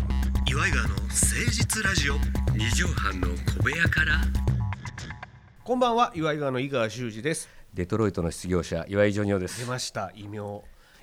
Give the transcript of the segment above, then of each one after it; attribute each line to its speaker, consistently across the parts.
Speaker 1: イガーの誠実ラジオ
Speaker 2: 二畳半の小部屋から
Speaker 1: こんばんは岩井川の井川修司です
Speaker 2: デトロイトの失業者岩井ジョニオで
Speaker 1: 出
Speaker 2: す
Speaker 1: ました異名、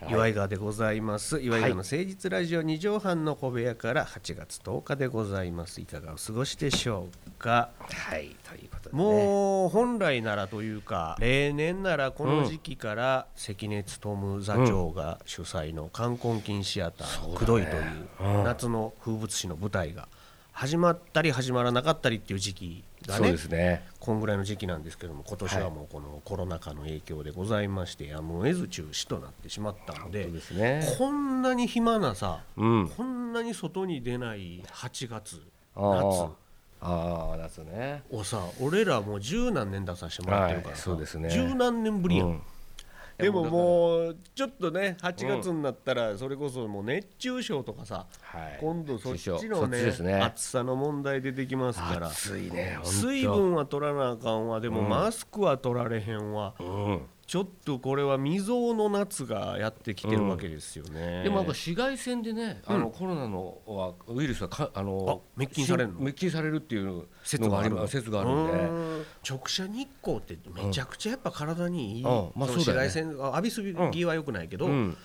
Speaker 1: 岩井川でございます岩井川の誠実ラジオ2畳半の小部屋から8月10日でございますいかがお過ごしでしょうか
Speaker 2: はいということで、ね、
Speaker 1: もう本来ならというか例年ならこの時期から関根勤座長が主催の冠婚金シアター「くどい」という夏の風物詩の舞台が始まったり始まらなかったりっていう時期が
Speaker 2: そう
Speaker 1: ね
Speaker 2: ですね
Speaker 1: こんぐらいの時期なんですけども今年はもうこのコロナ禍の影響でございましてやむを得ず中止となってしまったので
Speaker 2: そうですね
Speaker 1: こんなに暇なさ
Speaker 2: うん
Speaker 1: こんなに外に出ない8月
Speaker 2: あー
Speaker 1: 夏
Speaker 2: あー夏ね
Speaker 1: をさ俺らもう十何年出させてもらってるから
Speaker 2: はい
Speaker 1: さ、
Speaker 2: そうですね
Speaker 1: 十何年ぶりやん、
Speaker 2: うん
Speaker 1: でももうちょっとね8月になったらそれこそもう熱中症とかさ、
Speaker 2: はい
Speaker 1: 今度そっち
Speaker 2: 師
Speaker 1: のね
Speaker 2: 匠そっちですね
Speaker 1: 暑さの問題出てきますから
Speaker 2: 暑いねほんと
Speaker 1: 水分は取らなあかんわでもマスクは取られへんわ、
Speaker 2: うん
Speaker 1: ちょっとこれは未曾有の夏がやってきてるわけですよね、
Speaker 2: でもなんか紫外線でね、あのコロナのはウイルスはかあの
Speaker 1: あ滅菌されるの
Speaker 2: し滅菌されるっていう
Speaker 1: 説
Speaker 2: の
Speaker 1: が
Speaker 2: が
Speaker 1: あ
Speaker 2: あり
Speaker 1: る
Speaker 2: ます説があるんで、
Speaker 1: うん直射日光ってめちゃくちゃやっぱ体にいい、
Speaker 2: うんうんまあ
Speaker 1: その紫
Speaker 2: そうだよ
Speaker 1: 外
Speaker 2: ね
Speaker 1: 線が浴びすぎは良くないけど、
Speaker 2: うん、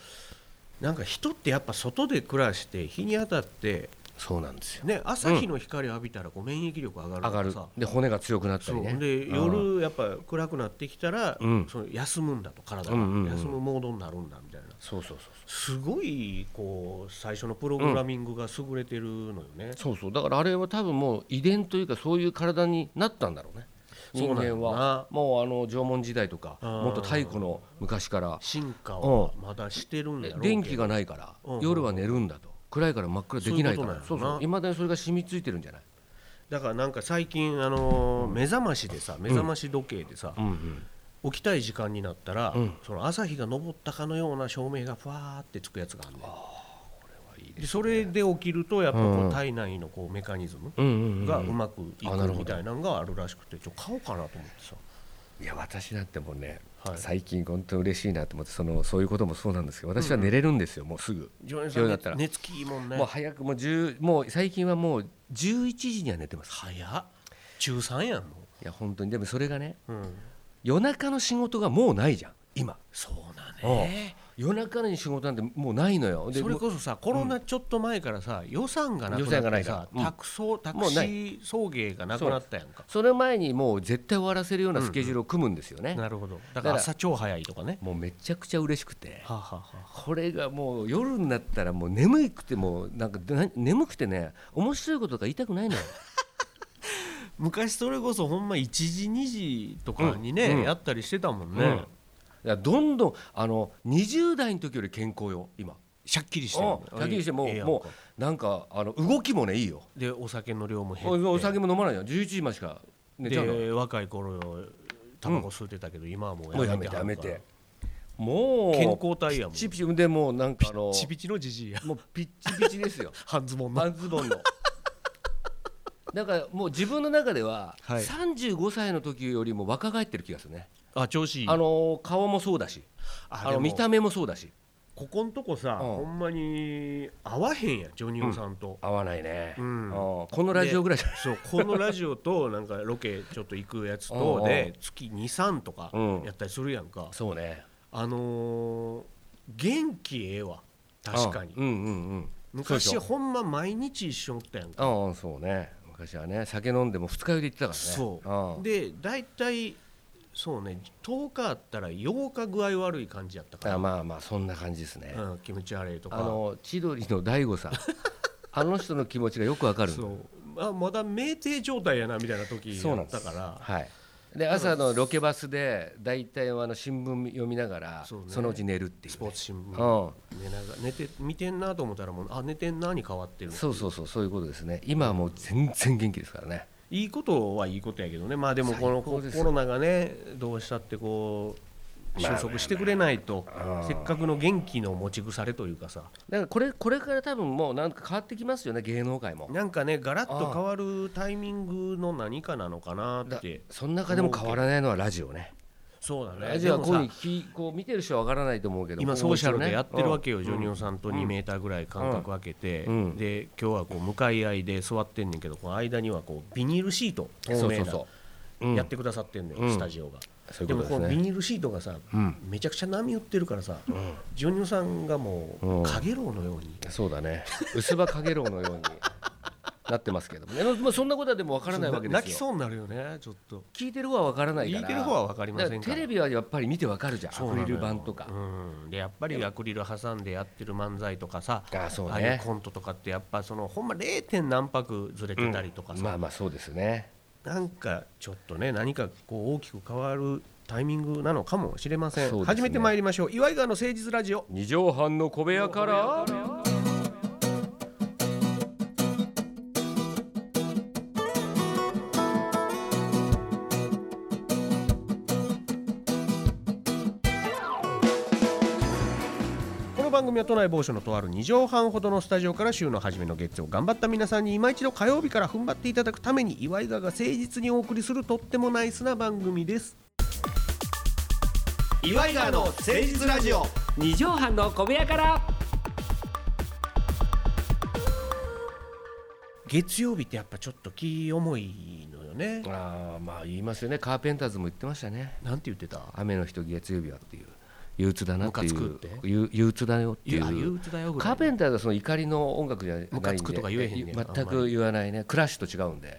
Speaker 1: なんか人ってやっぱ外で暮らして日に当たって、
Speaker 2: そうなんですよ。
Speaker 1: ね、朝日の光浴びたらこう免疫力上がる
Speaker 2: 上
Speaker 1: か
Speaker 2: が
Speaker 1: ら
Speaker 2: る
Speaker 1: さ。
Speaker 2: で骨が強くなった
Speaker 1: そ
Speaker 2: り
Speaker 1: う
Speaker 2: ね。
Speaker 1: で
Speaker 2: うん
Speaker 1: 夜やっぱ暗くなってきたら、
Speaker 2: うん
Speaker 1: その休むんだと体が、
Speaker 2: うんうんうん
Speaker 1: 休むモードになるんだみたいな
Speaker 2: そうそうそうそう。
Speaker 1: すごいこう最初のプログラミングが優れてるのよね、
Speaker 2: そうそうだからあれは多分もう遺伝というかそういう体になったんだろうね
Speaker 1: そう
Speaker 2: 人
Speaker 1: なんだ
Speaker 2: 間
Speaker 1: ろうな
Speaker 2: はもうあの縄文時代とか
Speaker 1: うん
Speaker 2: もっと太古の昔から
Speaker 1: 進化はまだしてるんだろうけど
Speaker 2: 電気がないから
Speaker 1: うん
Speaker 2: 夜は寝るんだと暗いから真っ暗できない
Speaker 1: そ
Speaker 2: か
Speaker 1: ういう
Speaker 2: ら
Speaker 1: こと
Speaker 2: そ
Speaker 1: なんやろな
Speaker 2: うそういまだにそれが染みついてるんじゃない
Speaker 1: だからなんか最近、あのー目覚ましでさ目覚まし時計でさ、
Speaker 2: うんうん
Speaker 1: 起きたい時間になったら、
Speaker 2: うん
Speaker 1: その朝日が昇ったかのような照明がふわーってつくやつがあるねん
Speaker 2: いい
Speaker 1: でそれで起きるとやっぱこ
Speaker 2: う
Speaker 1: うん体内のこうメカニズム
Speaker 2: うんうん
Speaker 1: がう
Speaker 2: うん
Speaker 1: まくい
Speaker 2: あなる
Speaker 1: く
Speaker 2: ほど
Speaker 1: みたいなのがあるらしくてちょっと買おうかなと思ってさ
Speaker 2: いや私だってもうね
Speaker 1: はい
Speaker 2: 最近本当に嬉しいなと思ってそのそういうこともそうなんですけど私は寝れるんですよもうすぐ
Speaker 1: 常連
Speaker 2: さん夜だった
Speaker 1: さん
Speaker 2: ら
Speaker 1: 寝つきいいもんね
Speaker 2: もう早くもう10もう最近はもう11時には寝てます
Speaker 1: 早っ中3やんも
Speaker 2: いや本当にでもそれがね
Speaker 1: う、うん、
Speaker 2: 夜中の仕事がもうないじゃん今
Speaker 1: そうだね
Speaker 2: 夜中に仕事なんてもうないのよで
Speaker 1: それ
Speaker 2: もう
Speaker 1: こそさコロナちょっと前からさ予算がなく
Speaker 2: 予
Speaker 1: な
Speaker 2: 算が
Speaker 1: っ
Speaker 2: な
Speaker 1: て
Speaker 2: いか
Speaker 1: さ
Speaker 2: らうん
Speaker 1: タクソタク
Speaker 2: もう
Speaker 1: シ
Speaker 2: ない
Speaker 1: ー送迎がなくなったやんか
Speaker 2: その前にもう絶対終わらせるようなスケジュールを組むんですよね、
Speaker 1: なるほどだ
Speaker 2: だ
Speaker 1: か
Speaker 2: からら
Speaker 1: 朝超早いとかね
Speaker 2: もうめちゃくちゃ嬉しくて
Speaker 1: はあ、はあはあ、
Speaker 2: これがもう夜になったらもう眠くてもうなんかな眠くてね面白いことが言いたくないのよ
Speaker 1: 昔それこそほんま1時2時とかにね、
Speaker 2: うんうん
Speaker 1: やったりしてたもんね、
Speaker 2: うんだからどんどんあの20代の時より健康よ今
Speaker 1: シャッキリして
Speaker 2: う
Speaker 1: る
Speaker 2: んだけにしても
Speaker 1: ええ
Speaker 2: う
Speaker 1: やんか
Speaker 2: もうなんかあの動きもねいいよ
Speaker 1: でお酒の量も減っ
Speaker 2: お
Speaker 1: て
Speaker 2: お酒も飲まないよ11時までしか寝ちゃうの
Speaker 1: で若い頃よタバコ吸ってたけど、今はも
Speaker 2: も
Speaker 1: う
Speaker 2: う
Speaker 1: やめ
Speaker 2: やめ
Speaker 1: て
Speaker 2: て
Speaker 1: は
Speaker 2: や
Speaker 1: る
Speaker 2: め
Speaker 1: から
Speaker 2: てもう
Speaker 1: 健康体やもん
Speaker 2: ピチピチでもうなんかあの
Speaker 1: ちびちのじじいや
Speaker 2: もうピッチピチです よ
Speaker 1: 半ズボンの
Speaker 2: 半ズボンのだからもう自分の中では
Speaker 1: はい
Speaker 2: 35歳の時よりも若返ってる気がするね、
Speaker 1: あ調子いい
Speaker 2: あの顔もそうだし
Speaker 1: あ
Speaker 2: あ
Speaker 1: で
Speaker 2: の
Speaker 1: も
Speaker 2: 見た目もそうだし
Speaker 1: ここんとこさ、
Speaker 2: うん
Speaker 1: ほんまに合わへんやジョニオさんと、
Speaker 2: 合わないね、
Speaker 1: うん
Speaker 2: あーこのラジオぐらいじゃ
Speaker 1: そうこのラジオとなんかロケちょっと行くやつと
Speaker 2: うん
Speaker 1: で
Speaker 2: う
Speaker 1: 月23とか
Speaker 2: うん
Speaker 1: やったりするやんか、
Speaker 2: そうね
Speaker 1: あのー元気ええわ確かに
Speaker 2: うんうんうんそうで
Speaker 1: 昔
Speaker 2: しょ
Speaker 1: ほんま毎日一緒におったやんか
Speaker 2: ああそうね昔はね酒飲んでも二日酔いで行ってたからね
Speaker 1: そう
Speaker 2: あ
Speaker 1: で大体そうね10日あったら8日具合悪い感じやった
Speaker 2: あ
Speaker 1: か
Speaker 2: まあまあそんな感じですね、
Speaker 1: ら、うん、キムチアレイと
Speaker 2: あ
Speaker 1: か
Speaker 2: の千鳥の大悟 さんあの人の気持ちがよくわかる
Speaker 1: そうあまだ酩酊状態やなみたいな時
Speaker 2: そう
Speaker 1: や
Speaker 2: なん
Speaker 1: っ
Speaker 2: です
Speaker 1: たから
Speaker 2: はいで朝のロケバスで大体はあの新聞読みながら
Speaker 1: そうね
Speaker 2: そのうち寝るっていう
Speaker 1: スポーツ新聞
Speaker 2: うん
Speaker 1: 寝なが寝て見てんなと思ったらもうあ寝てんなに変わってる
Speaker 2: そうそうそうそういうことですね今はもう全然元気ですからね
Speaker 1: いいことはいいことやけどねまあでもこの
Speaker 2: 最高
Speaker 1: コ
Speaker 2: です
Speaker 1: コロナがねどうしたってこう収束してくれないと
Speaker 2: あ
Speaker 1: せっかくの元気の持ち腐れというかさ
Speaker 2: だからこれこれから多分もうなんか変わってきますよね芸能界も
Speaker 1: なんかねガラッと変わるタイミングの何かなのかなっ
Speaker 2: だ
Speaker 1: て
Speaker 2: その中でも変わらないのはラジオね
Speaker 1: そうだね
Speaker 2: ラジオはこう
Speaker 1: でも
Speaker 2: いう
Speaker 1: さ
Speaker 2: ふうに聞きこう見てる人は分からないと思うけど
Speaker 1: 今
Speaker 2: こう
Speaker 1: ソーシャルでやってるわけよ、
Speaker 2: うん
Speaker 1: ジョニオさんと2メーターぐらい間隔空けて、
Speaker 2: うん
Speaker 1: で今日はこう向かい合いで座ってんねんけどこの間にはこうビニールシート透
Speaker 2: そうそ
Speaker 1: 明
Speaker 2: う
Speaker 1: な
Speaker 2: そう、うん
Speaker 1: やってくださってんのよ、
Speaker 2: うん
Speaker 1: スタジオが。
Speaker 2: そうい
Speaker 1: で
Speaker 2: うこ
Speaker 1: も
Speaker 2: とです
Speaker 1: こ
Speaker 2: ね
Speaker 1: のビニールシートがさ、
Speaker 2: うん
Speaker 1: めちゃくちゃ波打ってるからさ、ジョニオさんがも
Speaker 2: うん
Speaker 1: うかげろうのように、
Speaker 2: そうだね薄葉かげろうのようになってますけどもね、 まあ、そんなことはでも分からないわけですよ
Speaker 1: 泣きそうになるよねちょっと
Speaker 2: 聞いてる方は分からないから
Speaker 1: 聞いてる方は分かりませんから
Speaker 2: だらテレビはやっぱり見て分かるじゃん
Speaker 1: そう
Speaker 2: ア
Speaker 1: な
Speaker 2: ク
Speaker 1: のよ
Speaker 2: リル板とか、
Speaker 1: うん、でやっぱりアクリル挟んでやってる漫才とかさ
Speaker 2: ああそうね
Speaker 1: あいうコントとかってやっぱそのほんま 0. 点何泊ずれてたりとかさ、
Speaker 2: まあまあそうですね
Speaker 1: なんかちょっとね何かこう大きく変わるタイミングなのかもしれません、
Speaker 2: そうですね
Speaker 1: 初めて参りましょう岩井川の誠実ラジオ
Speaker 2: 二畳半の小部屋から
Speaker 1: この番組は都内某所のとある2畳半ほどのスタジオから週の初めの月曜頑張った皆さんに今一度火曜日から踏ん張っていただくために岩井川が誠実にお送りするとってもナイスな番組です岩井川の誠実ラジオ
Speaker 2: 二畳半の小部屋から
Speaker 1: 月曜日ってやっぱちょっと気重いのよね
Speaker 2: ああまあ言いますよねカーペンターズも言ってましたね
Speaker 1: なんて言ってた
Speaker 2: 雨の日と月曜日はっていう憂鬱だなって
Speaker 1: ム
Speaker 2: いう
Speaker 1: カつくって
Speaker 2: 憂憂鬱だよってい
Speaker 1: ゆあ憂
Speaker 2: う
Speaker 1: 鬱だよぐらい
Speaker 2: カーペンターズはその怒りの音楽じゃないんで
Speaker 1: ムカつくとか言えへんねん
Speaker 2: 全く言わないねクラッシュと違うんで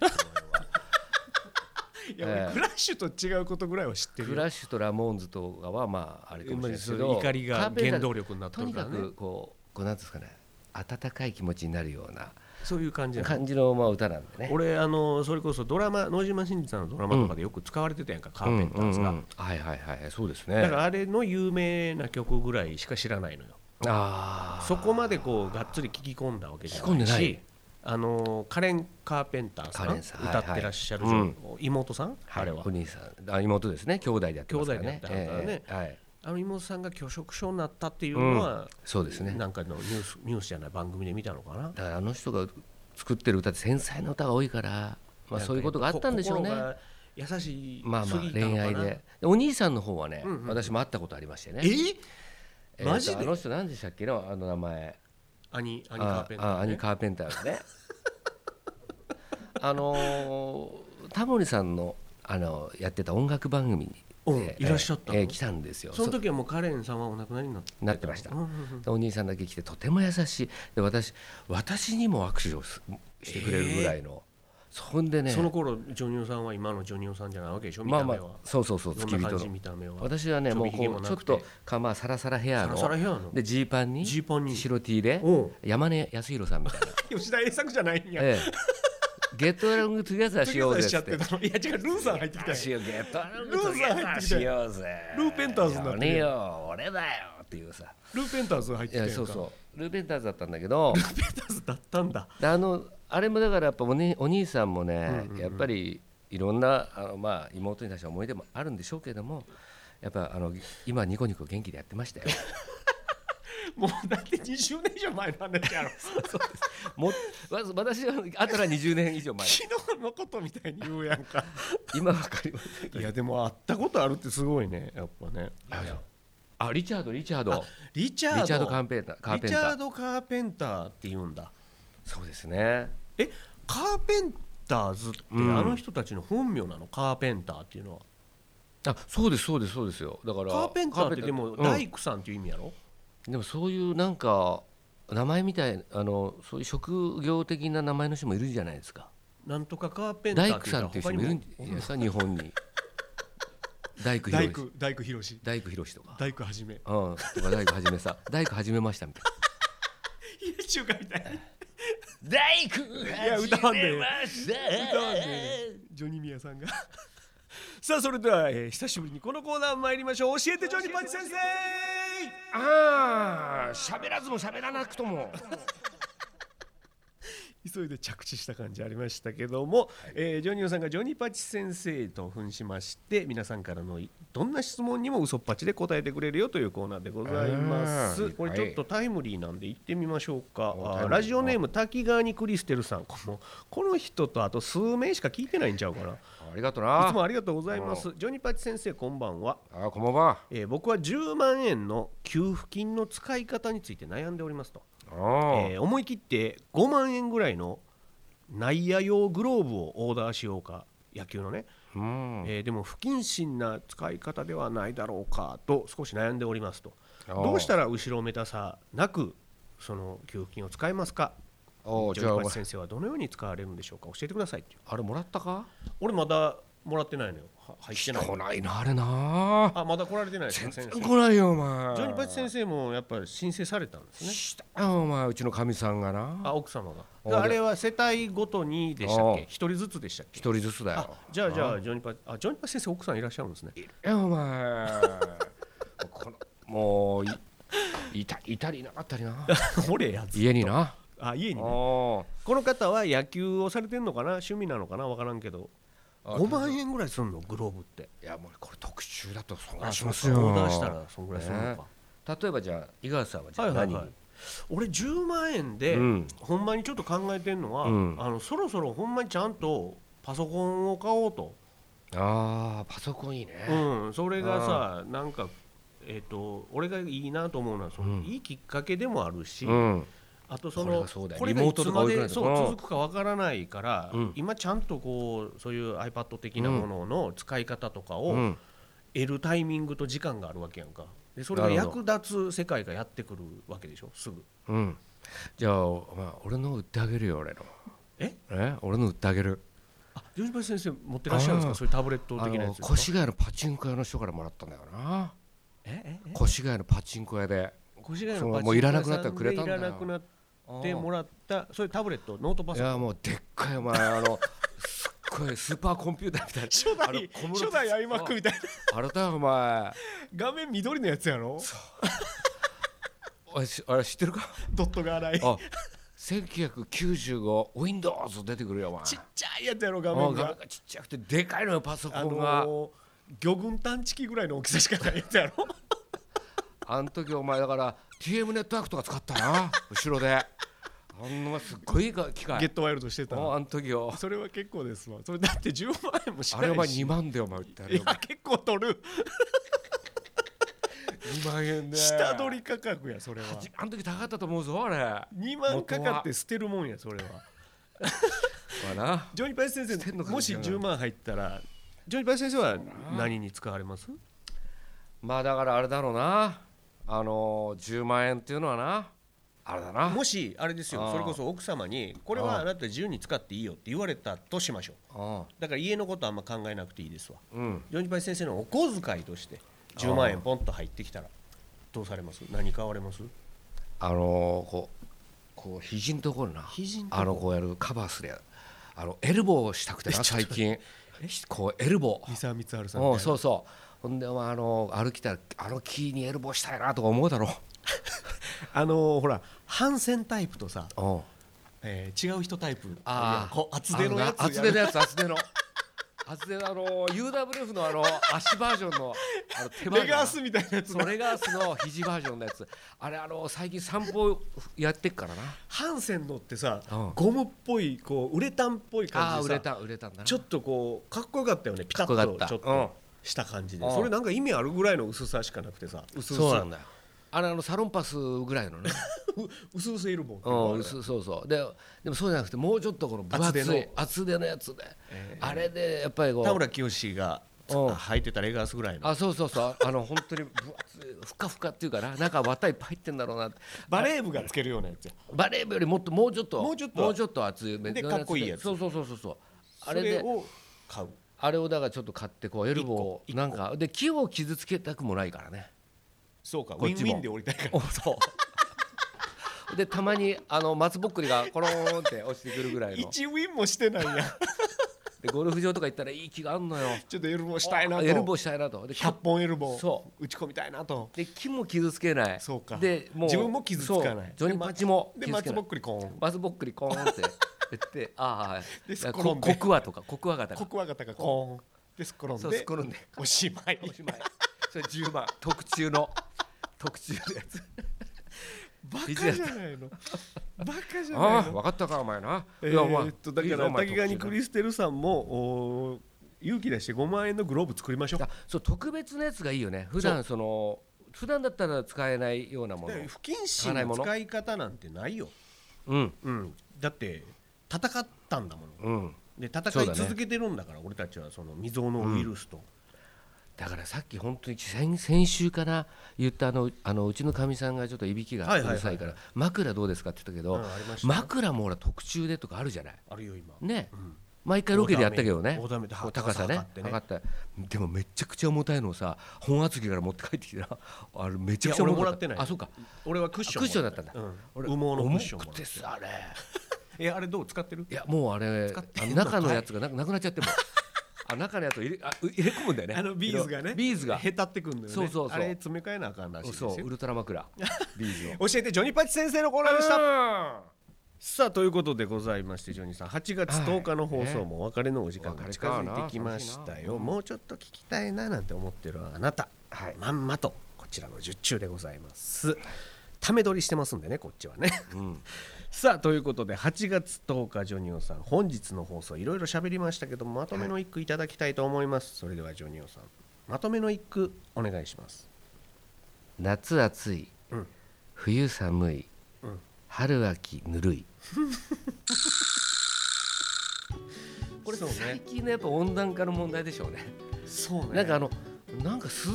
Speaker 1: いや俺
Speaker 2: ええ
Speaker 1: クラッシュと違うことぐらいは知ってる
Speaker 2: ク
Speaker 1: よ
Speaker 2: ラッシュとラモーンズとかはまああれかもしれないです
Speaker 1: ま
Speaker 2: け
Speaker 1: あそ
Speaker 2: ど
Speaker 1: う怒りが
Speaker 2: カーペンターズ
Speaker 1: 原動力になって
Speaker 2: と
Speaker 1: る
Speaker 2: に
Speaker 1: か
Speaker 2: から
Speaker 1: ね
Speaker 2: くこうこうなんていうんですかね温かい気持ちになるような
Speaker 1: そういう感じなの
Speaker 2: 感じのまあ歌なんでね
Speaker 1: 俺あのそれこそドラマ野島伸二さんのドラマとかでよく使われてたやんか、カーペンターズが、
Speaker 2: うんうんうんはいはいはいそうです
Speaker 1: だ
Speaker 2: ね
Speaker 1: からあれの有名な曲ぐらいしか知らないのよ
Speaker 2: ああ
Speaker 1: そこまでこうがっつり聴き込んだわけじゃ
Speaker 2: 聞き込ん
Speaker 1: な
Speaker 2: で
Speaker 1: いし
Speaker 2: ない
Speaker 1: あのカレン・カーペンターさ
Speaker 2: カ
Speaker 1: ん
Speaker 2: レンさんはい
Speaker 1: 歌ってらっしゃる、
Speaker 2: はいうん
Speaker 1: 妹さん、
Speaker 2: はい
Speaker 1: あれは
Speaker 2: お兄さんあ妹ですね兄弟でやってますからね
Speaker 1: 兄弟でやってはるからね
Speaker 2: ええはい
Speaker 1: あの妹さんが拒食症になったっていうのは、
Speaker 2: そうですね
Speaker 1: なんかのニュースニュースじゃない番組で見たのかな
Speaker 2: だからあの人が作ってる歌って繊細な歌が多いから、まあ、そういうことがあったんでしょうね
Speaker 1: な。かやっぱ心が優しい
Speaker 2: まあまあ
Speaker 1: すぎたのか
Speaker 2: 恋
Speaker 1: な
Speaker 2: 愛ででお兄さんの方はね、
Speaker 1: うんうん
Speaker 2: 私も会ったことありましてね
Speaker 1: え
Speaker 2: ーと
Speaker 1: マジで
Speaker 2: あの人何でしたっけなあの名前
Speaker 1: アニアニカー
Speaker 2: あ
Speaker 1: ペンタ
Speaker 2: あ
Speaker 1: ー
Speaker 2: ア
Speaker 1: ね
Speaker 2: ニ・カーペンターがね あのータモリさんのあのやってた音楽番組に、
Speaker 1: うんいらっしゃったの
Speaker 2: えー来たんですよ
Speaker 1: その時はもうカレンさんはお亡くなりになって
Speaker 2: なってました
Speaker 1: うんうんうん
Speaker 2: お兄さんだけ来てとても優しいで私私にも握手をすしてくれるぐらいの、そんでね
Speaker 1: その頃ジョニオさんは今のジョニオさんじゃないわけでしょ見
Speaker 2: まあ
Speaker 1: た
Speaker 2: ま
Speaker 1: 目
Speaker 2: あ
Speaker 1: は、
Speaker 2: そうそうそう
Speaker 1: ど
Speaker 2: 付
Speaker 1: ん
Speaker 2: き
Speaker 1: な
Speaker 2: 人
Speaker 1: 感じ
Speaker 2: の
Speaker 1: 見た目は
Speaker 2: 私はね
Speaker 1: ちょ
Speaker 2: も
Speaker 1: び
Speaker 2: う
Speaker 1: ひげ
Speaker 2: こ
Speaker 1: も
Speaker 2: う
Speaker 1: な
Speaker 2: ちょ
Speaker 1: く
Speaker 2: ってとかまあサラサラヘ
Speaker 1: サ
Speaker 2: ア
Speaker 1: ラサラ
Speaker 2: の
Speaker 1: ヘアの
Speaker 2: でジーパンに
Speaker 1: ジーパンに
Speaker 2: 白 T で
Speaker 1: おう
Speaker 2: 山根康弘さんみたい な
Speaker 1: 吉田栄作じゃないんや
Speaker 2: ええゲットアロングトゥギャザーしようぜっつって
Speaker 1: たのいや違うルーさん入ってきた
Speaker 2: しようゲットアロングトゥギャザーしようぜ
Speaker 1: ルーペンターズになってる
Speaker 2: 俺よ俺だよっていうさ
Speaker 1: ルーペンターズが入っ
Speaker 2: いやそうそうルーペンターズだったんだけど
Speaker 1: ルーペンターズだったんだ
Speaker 2: であのあれもだからやっぱお,、ね、お兄さんもね、やっぱりいろんなあの、まあ、妹に対して思い出もあるんでしょうけれどもやっぱあの今ニコニコ元気でやってましたよ
Speaker 1: もうだって20年以上前の話 やろ
Speaker 2: もわ私はあったら20年以上前
Speaker 1: 昨日のことみたいに言うやんか
Speaker 2: 今わかります
Speaker 1: いやでも会ったことあるってすごいねやっぱね
Speaker 2: あリチャードリチャード
Speaker 1: リチャード
Speaker 2: リチャードカーペンターカーペンタ
Speaker 1: リチャ
Speaker 2: ー
Speaker 1: ードカーペンターって言うんだ
Speaker 2: そうですね
Speaker 1: えカーペンターズってあ
Speaker 2: うん
Speaker 1: の人たちの本名なの、カーペンターっていうのは
Speaker 2: あそうですそうですそうですよだから
Speaker 1: カーペンターってでも
Speaker 2: カーペン
Speaker 1: 大工さんっていう意味やろ、
Speaker 2: うんでもそういうなんか名前みたいあのそういう職業的な名前の人もいるんじゃないですか
Speaker 1: なんとかカーペンタ
Speaker 2: 大
Speaker 1: ーっ
Speaker 2: 工
Speaker 1: て言
Speaker 2: さ
Speaker 1: っ
Speaker 2: ん
Speaker 1: た
Speaker 2: っていう
Speaker 1: 他
Speaker 2: 人
Speaker 1: に
Speaker 2: もいるん
Speaker 1: も
Speaker 2: じゃないですか日本に 大工ひろし
Speaker 1: 大工広し
Speaker 2: 大工ひろしとか、
Speaker 1: 大工はじめ冷
Speaker 2: うん、とか大工はじめさん大工始めましたみたい
Speaker 1: や中華みたい
Speaker 2: な大工
Speaker 1: いや歌わんでええ
Speaker 2: した
Speaker 1: ジョニー・ミヤさんがさあそれでは、えー久しぶりにこのコーナー参りましょう教えてジョニーパンチ先生
Speaker 2: ああ喋らずも喋らなくとも
Speaker 1: 急いで着地した感じありましたけども、えージョニオさんがジョニパチ先生と扮しまして皆さんからのいどんな質問にも嘘っぱちで答えてくれるよというコーナーでございま
Speaker 2: あ
Speaker 1: す
Speaker 2: ー
Speaker 1: これちょっとタイムリーなんで行ってみましょうかあ
Speaker 2: お
Speaker 1: ー
Speaker 2: タイムリー
Speaker 1: ラジオネーム滝川にクリステルさんこのこの人とあと数名しか聞いてないんちゃうかな
Speaker 2: あありがとうない
Speaker 1: つもありがとうございますジョニパチ先生こんばんは、
Speaker 2: あこんばんは
Speaker 1: えー僕は10万円の給付金の使い方について悩んでおりますと、
Speaker 2: あー、
Speaker 1: えー思い切って5万円ぐらいの内野用グローブをオーダーしようか野球のね、
Speaker 2: うん
Speaker 1: えーでも不謹慎な使い方ではないだろうかと少し悩んでおりますと
Speaker 2: あー
Speaker 1: どうしたら後ろめたさなくその給付金を使えますか
Speaker 2: おー
Speaker 1: ジ
Speaker 2: じゃあ
Speaker 1: ョ
Speaker 2: お
Speaker 1: ニパ
Speaker 2: 前
Speaker 1: チ先生はどのように使われるんでしょうか教えてくださいっていう
Speaker 2: あれもらったか
Speaker 1: 俺まだもらってないのよは入ってない
Speaker 2: 来ないなあれな
Speaker 1: あまだ来られてないですね先生
Speaker 2: 来ないよお前
Speaker 1: ジョニパチ先生もやっぱり申請されたんですね
Speaker 2: したよお前うちのかみさんがな
Speaker 1: あ奥様が
Speaker 2: お
Speaker 1: だからあれは世帯ごとにでしたっけ
Speaker 2: お
Speaker 1: 一人ずつでしたっ
Speaker 2: 一
Speaker 1: け
Speaker 2: 人ずつだよ
Speaker 1: あじゃあじゃあジョニパチあジョニパチ先生奥さんいらっしゃるんです ね
Speaker 2: いや お前このもういいたいたりいなかったりな
Speaker 1: 俺や
Speaker 2: 家 にな
Speaker 1: あ家にね
Speaker 2: お
Speaker 1: この方は野球をされてんのかな趣味なのかな分からんけど5万円ぐらいすんのグローブって
Speaker 2: いやもうこれ特集だとそんなしま
Speaker 1: そ
Speaker 2: す
Speaker 1: う
Speaker 2: よ
Speaker 1: かオーダーしたらそんぐらいするのか、
Speaker 2: 例えばじゃあ井川さんはじゃ
Speaker 1: は
Speaker 2: あ
Speaker 1: いはい
Speaker 2: 何
Speaker 1: はい俺10万円で、
Speaker 2: うん
Speaker 1: ほんまにちょっと考えてんのは、
Speaker 2: うん
Speaker 1: あのそろそろほんまにちゃんとパソコンを買おうと、
Speaker 2: ああパソコンいいね、
Speaker 1: うん、それがさなんか、えー、と俺がいいなと思うのはその、
Speaker 2: うん
Speaker 1: いいきっかけでもあるし、
Speaker 2: うん
Speaker 1: あとそ
Speaker 2: これ
Speaker 1: の
Speaker 2: がそうだよ
Speaker 1: これが
Speaker 2: リ
Speaker 1: い
Speaker 2: モート
Speaker 1: つ
Speaker 2: とか
Speaker 1: ま
Speaker 2: 多くな
Speaker 1: で
Speaker 2: ると
Speaker 1: そう
Speaker 2: うん
Speaker 1: 続くかわからないから、
Speaker 2: うん
Speaker 1: 今ちゃんとこうそういう iPad 的なものの使い方とかを、
Speaker 2: うん
Speaker 1: 得るタイミングと時間があるわけやんかでそれが
Speaker 2: なるほ
Speaker 1: 役立つ世界がやってくるわけでしょすぐ
Speaker 2: うん、じゃあ、お前俺の売ってあげるよ俺の
Speaker 1: え
Speaker 2: え俺の売ってあげる
Speaker 1: あジョージパチ先生持ってらっしゃるんです
Speaker 2: あ
Speaker 1: か
Speaker 2: ー
Speaker 1: そういうタブレット
Speaker 2: あ
Speaker 1: 的なや
Speaker 2: の
Speaker 1: つですか
Speaker 2: 越谷のパチンコ屋の人からもらったんだよな
Speaker 1: えええ
Speaker 2: 越谷のパチンコ屋で
Speaker 1: 越谷の
Speaker 2: その
Speaker 1: パチンコ屋さんで
Speaker 2: もういらなくなったらくれたんだよ
Speaker 1: いらなくなってもらったそういうタブレットノートパ
Speaker 2: い
Speaker 1: ソコン
Speaker 2: やもうでっかいお前あのすっごいスーパーコンピューターみたいなあの小室
Speaker 1: みたいな
Speaker 2: あれだよお前
Speaker 1: 画面緑のやつやろ
Speaker 2: あれしあれ知ってるか
Speaker 1: ドットが荒い
Speaker 2: あ1995 Windows 出てくるよお前
Speaker 1: ちゃいやつやろ画
Speaker 2: あ画面がちっちゃくてでかいのよパソコンが、あの
Speaker 1: 魚群探知機ぐらいの大きさしかないやつやろ
Speaker 2: 時お前だから TM ネットワークとか使った な後ろであんなすっごいいい機械
Speaker 1: トワイルドして
Speaker 2: ああの時よ
Speaker 1: それは結構ですわそれだって10万円もし
Speaker 2: あれお前2万でお前売ってあれ
Speaker 1: いや結構取る
Speaker 2: 2万円で
Speaker 1: 下取り価格やそれは
Speaker 2: はじあの時高かったと思うぞあれま
Speaker 1: 2万かかって捨てるもんやそれは
Speaker 2: あな
Speaker 1: ジョニーパイス先
Speaker 2: 捨て
Speaker 1: 生
Speaker 2: んのか
Speaker 1: もし10万入ったらジョニーパイス先生は何に使われます
Speaker 2: まあだからあれだろうなあの10万円っていうのはなあれだな
Speaker 1: もしあれです
Speaker 2: あ
Speaker 1: よ
Speaker 2: あ
Speaker 1: それこそ奥様にこれ
Speaker 2: あ
Speaker 1: は
Speaker 2: あ
Speaker 1: あなた自由に使っていいよって言われたとしましょう
Speaker 2: あ
Speaker 1: だから家のことはあんま考えなくていいですわ
Speaker 2: あうん
Speaker 1: ジョニーパイス先生のお小遣いとして10万円ポンと入ってきたらどうされます何買われます
Speaker 2: あのこうこう肘のところな
Speaker 1: 肘のとこ
Speaker 2: あのこうやるカバーすりゃあのエルボーをしたくてな最近こうエルボー
Speaker 1: 三沢光晴さん
Speaker 2: お
Speaker 1: みたい
Speaker 2: う
Speaker 1: な
Speaker 2: そうそうほんでお前あの歩きたらあの木にエルボーしたいなとか思うだろ
Speaker 1: あのーほら反戦タイプとさ
Speaker 2: おう
Speaker 1: えー違う人タイプ
Speaker 2: あ
Speaker 1: こう厚手のやつ
Speaker 2: あのな厚手のやつ厚手の厚手のあの UWF のあの足バージョンのあの手バージョンな
Speaker 1: レガースみたいなやつ
Speaker 2: そうレガースの肘バージョンのやつあれあの最近散歩やってっからな
Speaker 1: ハンセンのってさ、
Speaker 2: うん
Speaker 1: ゴムっぽいこうウレタンっぽい
Speaker 2: あ
Speaker 1: 感
Speaker 2: あー
Speaker 1: じ
Speaker 2: 売
Speaker 1: で
Speaker 2: れ
Speaker 1: さ
Speaker 2: た売れたんだな
Speaker 1: ちょっとこうかっこよかったよねピタッ
Speaker 2: かっこよ
Speaker 1: と
Speaker 2: かった
Speaker 1: ちょっ
Speaker 2: うん
Speaker 1: とした感じで、
Speaker 2: うん
Speaker 1: それなんか意味あるぐらいの薄さしかなくてさ薄
Speaker 2: そうなん
Speaker 1: 々
Speaker 2: だよあれあのサロンパスぐらいのね
Speaker 1: う薄々エルボーっていううの
Speaker 2: ん
Speaker 1: がある
Speaker 2: 薄そうそうででもそうじゃなくてもうちょっとこの分厚い
Speaker 1: 厚
Speaker 2: 厚
Speaker 1: 手
Speaker 2: 手
Speaker 1: の
Speaker 2: のやつで、あれでやっぱりこ
Speaker 1: 田
Speaker 2: う
Speaker 1: 村清が
Speaker 2: うん
Speaker 1: 履いてたレガースぐらいの
Speaker 2: あそうそうそうあの本当に分厚いふかふかっていうかな中綿いっぱい入ってんだろうなって
Speaker 1: バレー部がつけるようなやつや
Speaker 2: バレー部よりもっともうちょっと
Speaker 1: もうちょっと
Speaker 2: 厚め
Speaker 1: でかっこいいやつ
Speaker 2: そうそうそうそうそうあ
Speaker 1: あ
Speaker 2: れ
Speaker 1: れ
Speaker 2: で
Speaker 1: を買う
Speaker 2: あれをだからちょっと買ってこうエルボ
Speaker 1: 一個一
Speaker 2: ー
Speaker 1: 個
Speaker 2: なんかで木を傷つけたくもないからね
Speaker 1: そうかウ
Speaker 2: こっ
Speaker 1: ィン
Speaker 2: ち
Speaker 1: ウ
Speaker 2: も
Speaker 1: ィンで降りたいから
Speaker 2: おそうでたまにあの松ぼっくりがコローンって落ちてくるぐ らいの
Speaker 1: 1ウィンもして ないやん
Speaker 2: でゴルフ場とか行ったらいい木があんのよ
Speaker 1: ちょっとエルボーしたいなと
Speaker 2: エルボーしたいなとで
Speaker 1: 100本エルボー
Speaker 2: そ
Speaker 1: 打ち込みたいなと
Speaker 2: で木も傷つけない
Speaker 1: そうか
Speaker 2: でもう
Speaker 1: 自分も傷つかない
Speaker 2: そうジョニーパチも
Speaker 1: で
Speaker 2: 傷つ
Speaker 1: 松
Speaker 2: けない
Speaker 1: ぼっくりコーン
Speaker 2: 松ぼっくりコーンって言って あ
Speaker 1: で
Speaker 2: あ
Speaker 1: 転
Speaker 2: こ
Speaker 1: んで
Speaker 2: コクワとかコクワ型
Speaker 1: コ
Speaker 2: が
Speaker 1: クワガタがコーンです転
Speaker 2: そ
Speaker 1: ん
Speaker 2: うす
Speaker 1: で
Speaker 2: くるんで
Speaker 1: おしまい
Speaker 2: おしまいそれ10万特注の特注のや つ
Speaker 1: バカじゃないのバカじゃない
Speaker 2: ああ
Speaker 1: の
Speaker 2: 分かったかお前な、
Speaker 1: え
Speaker 2: いやお前
Speaker 1: ーっとだから
Speaker 2: いいぞお前
Speaker 1: 滝川に
Speaker 2: 特
Speaker 1: ク
Speaker 2: 注
Speaker 1: リステルさんもおー勇気出して5万円のグローブ作りましょう
Speaker 2: あそう特別なやつがいいよね普段その普段だったら使えないようなもの
Speaker 1: で不謹慎な使い方なんてないよ、
Speaker 2: うん
Speaker 1: うん、だって戦ったんだもの
Speaker 2: うん
Speaker 1: で
Speaker 2: そ
Speaker 1: 戦
Speaker 2: う
Speaker 1: い
Speaker 2: だね
Speaker 1: 続けてるんだから俺たちはその未曾有のウイルスと、
Speaker 2: だからさっき本当に先先週から言ったあのあのうちのかみさんがちょっといびきが
Speaker 1: はいうはいはい
Speaker 2: るさいから枕どうですかって言ったけ
Speaker 1: う
Speaker 2: ど、
Speaker 1: んありました
Speaker 2: 枕もほら特注でとかあるじゃない
Speaker 1: あるよ今
Speaker 2: ね、
Speaker 1: ん
Speaker 2: 毎回ロケでやったけどね
Speaker 1: オーダーメイド
Speaker 2: こう高さね
Speaker 1: 高さ測ってね
Speaker 2: 測ったでもめちゃくちゃ重たいのをさ本厚木から持って帰ってきたらあれめちゃくちゃ重
Speaker 1: いや俺も
Speaker 2: た
Speaker 1: らってない
Speaker 2: あそうか
Speaker 1: 俺はクッション
Speaker 2: あクッションだったんだ
Speaker 1: うん、
Speaker 2: 俺
Speaker 1: 羽毛のクッションも
Speaker 2: 重
Speaker 1: らっ
Speaker 2: く
Speaker 1: て
Speaker 2: てさあれ
Speaker 1: えあれどう使ってる
Speaker 2: いやもうあれ
Speaker 1: 使って
Speaker 2: あ
Speaker 1: ん
Speaker 2: の
Speaker 1: のかい
Speaker 2: 中のやつがなくなくなっちゃってもあ中のやつを入れあ入れ込むんだよね
Speaker 1: あのビーズがね
Speaker 2: ビーズが
Speaker 1: へたってくんだよね
Speaker 2: そうそうそ
Speaker 1: あ
Speaker 2: う
Speaker 1: れ詰め替えなあかんらしいですよ
Speaker 2: そうウルトラ枕ビーズを
Speaker 1: 教えてジョニーパチ先生のコーナーでしたさあということでございましてジョニーさん8月10日の放送もお別れのお時間が近づいてきましたよもうちょっと聞きたいななんて思ってるあなた、まんまとこちらの10中でございますため撮りしてますんでねこっちはね、 さあということで8月10日ジョニオさん本日の放送いろいろ喋りましたけどまとめの一句いただきたいと思います、それではジョニオさんまとめの一句お願いします
Speaker 2: 夏暑い、
Speaker 1: うん
Speaker 2: 冬寒い、
Speaker 1: うん
Speaker 2: 春秋ぬるいこれ
Speaker 1: そうね
Speaker 2: 最近のやっぱ温暖化の問題でしょうね
Speaker 1: そう
Speaker 2: なんかあのなんかす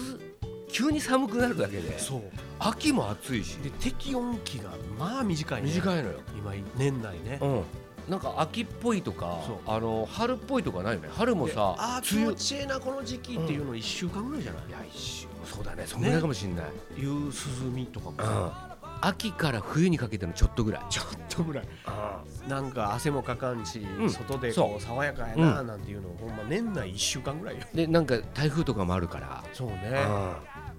Speaker 2: 急に寒くなるだけで
Speaker 1: そう
Speaker 2: 秋も暑いし
Speaker 1: で適温期がまあ短いね
Speaker 2: 短いのよ、
Speaker 1: 今年内ね
Speaker 2: うん、なんか秋っぽいとか
Speaker 1: そう
Speaker 2: あの春っぽいとかないよね春も
Speaker 1: で
Speaker 2: さ
Speaker 1: ああ気
Speaker 2: 梅雨
Speaker 1: 持ちええなこの時期っていうの1週間ぐらいじゃない
Speaker 2: いや一週そうだねそんぐらいかもしんない、
Speaker 1: 夕涼みとかも
Speaker 2: うん
Speaker 1: さ、
Speaker 2: 秋から冬にかけてのちょっとぐらい
Speaker 1: ちょっとぐらいなんか汗もかかんし、
Speaker 2: ん
Speaker 1: 外で
Speaker 2: そ
Speaker 1: こ
Speaker 2: う
Speaker 1: う爽やかやななんていうのほんま年内1週間ぐらいよ
Speaker 2: でなんか台風とかもあるから
Speaker 1: そうね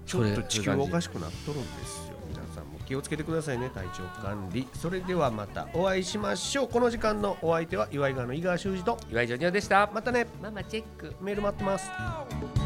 Speaker 1: ち
Speaker 2: そ
Speaker 1: ょ
Speaker 2: れ
Speaker 1: っと地球おか
Speaker 2: し
Speaker 1: しくなっとるんですよ皆さんも気をつけてくださいね体調管理それではまたお会いしましょうこの時間のお相手は岩井川の井川修司と
Speaker 2: 岩井ジョニオでした
Speaker 1: またね
Speaker 2: ママチェック
Speaker 1: メール待ってます
Speaker 3: Thank